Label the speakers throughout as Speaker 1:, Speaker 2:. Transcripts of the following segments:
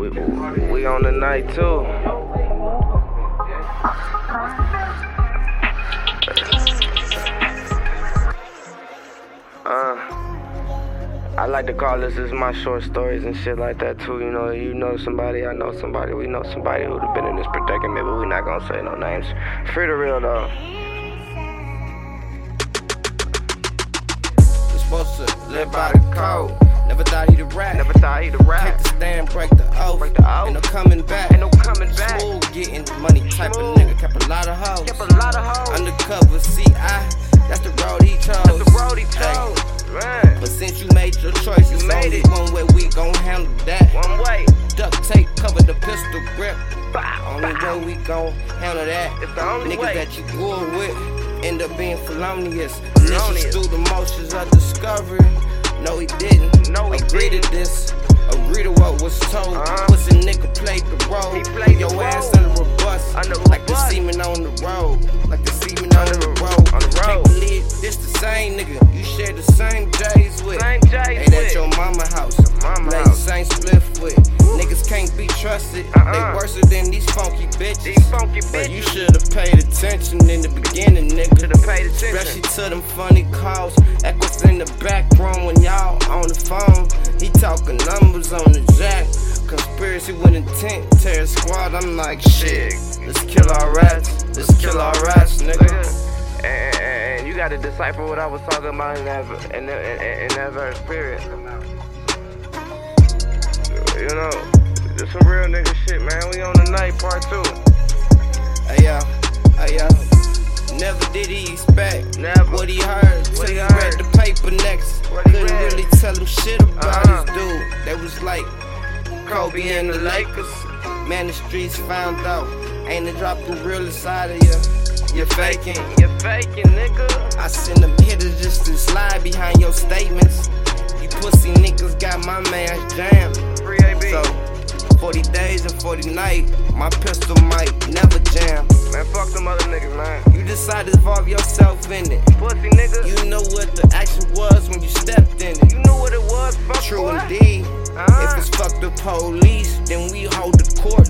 Speaker 1: We on the night too. Uh, I like to call this is my short stories and shit like that too. You know, you know somebody, I know somebody, we know somebody who'd have been in this predicament, but we not gonna say no names. Free the real though.
Speaker 2: We supposed to live by the code. Never thought he'd rap.
Speaker 1: Never thought he'd rap.
Speaker 2: Take the stand, break the oath.
Speaker 1: Break the oath.
Speaker 2: Ain't no coming back.
Speaker 1: Ain't no coming back.
Speaker 2: Smooth getting money type
Speaker 1: Smooth.
Speaker 2: of nigga. Kept a lot of hoes.
Speaker 1: Kept a lot of hoes.
Speaker 2: Undercover CI. That's the road he chose.
Speaker 1: That's the road he
Speaker 2: Ay.
Speaker 1: chose. Man,
Speaker 2: But since you made your choice,
Speaker 1: You
Speaker 2: it's
Speaker 1: made
Speaker 2: only
Speaker 1: it.
Speaker 2: one way we gon' handle that.
Speaker 1: one way.
Speaker 2: Duct tape cover the pistol grip.
Speaker 1: Bow,
Speaker 2: Only
Speaker 1: bow.
Speaker 2: way we gon' handle that.
Speaker 1: It's the only
Speaker 2: Niggas
Speaker 1: way.
Speaker 2: that you grew up with end up being felonious.
Speaker 1: Felonious.
Speaker 2: Just through the motions of discovery. No, he didn't.
Speaker 1: No, he
Speaker 2: Agree
Speaker 1: didn't.
Speaker 2: to this. Agree to what was told.
Speaker 1: Uh-huh.
Speaker 2: Was a nigga played the role.
Speaker 1: He played
Speaker 2: Your
Speaker 1: the
Speaker 2: ass
Speaker 1: role.
Speaker 2: under a bus.
Speaker 1: Under a
Speaker 2: like
Speaker 1: bus.
Speaker 2: the semen on the road. Like the semen on the
Speaker 1: the-
Speaker 2: road.
Speaker 1: on the
Speaker 2: Can't
Speaker 1: road.
Speaker 2: believe this the same nigga you shared the same days with.
Speaker 1: Same J's
Speaker 2: Ain't
Speaker 1: with.
Speaker 2: at your mama house.
Speaker 1: mama
Speaker 2: Lay
Speaker 1: house.
Speaker 2: same split with. Niggas can't be trusted.
Speaker 1: Uh-uh.
Speaker 2: They worse than these funky bitches.
Speaker 1: These funky
Speaker 2: But you
Speaker 1: bitches
Speaker 2: should've paid attention in the beginning, nigga.
Speaker 1: should have paid attention.
Speaker 2: Especially to them funny calls. Echoes in the back room when y'all on the phone. He talking numbers on the jack. Conspiracy with intent, terror squad. I'm like, shit. Let's kill our rats. Let's kill our rats, nigga.
Speaker 1: Nigga. And, and, and you gotta decipher what I was talking about in that, v- in, the, in, in- in that verse, period. You know, this some real nigga shit, man. We on the night, part two.
Speaker 2: Hey, yo. Hey, yo. Never did he expect
Speaker 1: Never.
Speaker 2: what he heard.
Speaker 1: What
Speaker 2: Till
Speaker 1: he
Speaker 2: he,
Speaker 1: heard.
Speaker 2: read the paper next.
Speaker 1: What he
Speaker 2: Couldn't
Speaker 1: read.
Speaker 2: really tell him shit about
Speaker 1: Uh-uh.
Speaker 2: his dude. They was like, Kobe and the Lakers. Man, the streets found out. Ain't a drop the real inside of you. You're faking.
Speaker 1: You're faking, nigga.
Speaker 2: I send them hitters just to slide behind your statements. You pussy niggas got my man's jammed.
Speaker 1: Free AB.
Speaker 2: So, 40 days and 40 nights, my pistol might never jam.
Speaker 1: man, fuck them other niggas, man.
Speaker 2: You decide to involve yourself in it.
Speaker 1: Pussy nigga.
Speaker 2: You know what the action was when you stepped in it.
Speaker 1: You knew what it was, fuck
Speaker 2: True
Speaker 1: boy.
Speaker 2: indeed.
Speaker 1: Uh-huh.
Speaker 2: If it's fuck the police, then we hold the court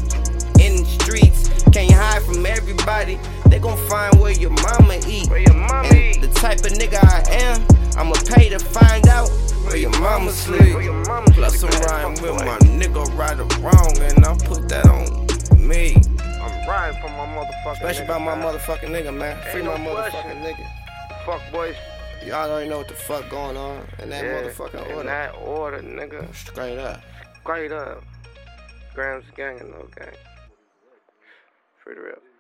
Speaker 2: in the streets. Can't hide from everybody. They gon' find where your mama eat.
Speaker 1: Where your mama
Speaker 2: And the
Speaker 1: eat.
Speaker 2: type of nigga I am, I'ma pay to find out where your mama sleep.
Speaker 1: Where your mama sleep.
Speaker 2: Plus I'm
Speaker 1: man,
Speaker 2: riding
Speaker 1: fuck
Speaker 2: with
Speaker 1: boy.
Speaker 2: my nigga right or wrong, and I put that on me.
Speaker 1: I'm riding for my motherfucking
Speaker 2: Especially
Speaker 1: niggas,
Speaker 2: by my
Speaker 1: man.
Speaker 2: motherfucking nigga, man. Free
Speaker 1: no
Speaker 2: my
Speaker 1: question.
Speaker 2: motherfucking nigga.
Speaker 1: Fuck boys.
Speaker 2: Y'all already know what the fuck going on in that
Speaker 1: yeah,
Speaker 2: motherfucking
Speaker 1: in
Speaker 2: order.
Speaker 1: that order, nigga.
Speaker 2: Straight up.
Speaker 1: Straight up. Grams gang and no gang. For the real.